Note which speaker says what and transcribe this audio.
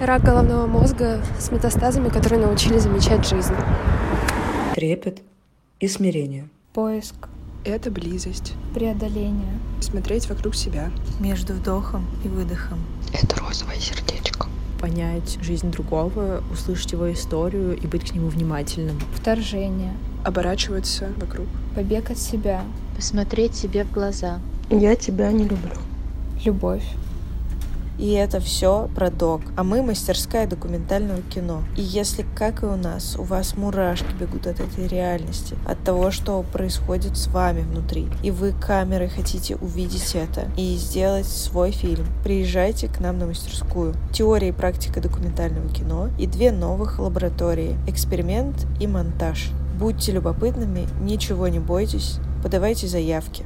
Speaker 1: Рак головного мозга с метастазами, которые научили замечать жизнь.
Speaker 2: трепет и смирение.
Speaker 3: Поиск,
Speaker 4: Это близость.
Speaker 3: преодоление,
Speaker 4: Смотреть вокруг себя.
Speaker 5: между вдохом и выдохом.
Speaker 6: Это розовое сердечко.
Speaker 7: понять жизнь другого, услышать его историю и быть к нему внимательным.
Speaker 3: вторжение,
Speaker 4: Оборачиваться вокруг.
Speaker 3: побег от себя,
Speaker 8: Посмотреть себе в глаза.
Speaker 6: Я тебя не люблю.
Speaker 3: любовь.
Speaker 9: И это все про док. А мы мастерская документального кино. И если, как и у нас, у вас мурашки бегут от этой реальности, от того, что происходит с вами внутри, и вы камерой хотите увидеть это и сделать свой фильм, приезжайте к нам на мастерскую. Теория и практика документального кино и две новых лаборатории. Эксперимент и монтаж. Будьте любопытными, ничего не бойтесь, подавайте заявки.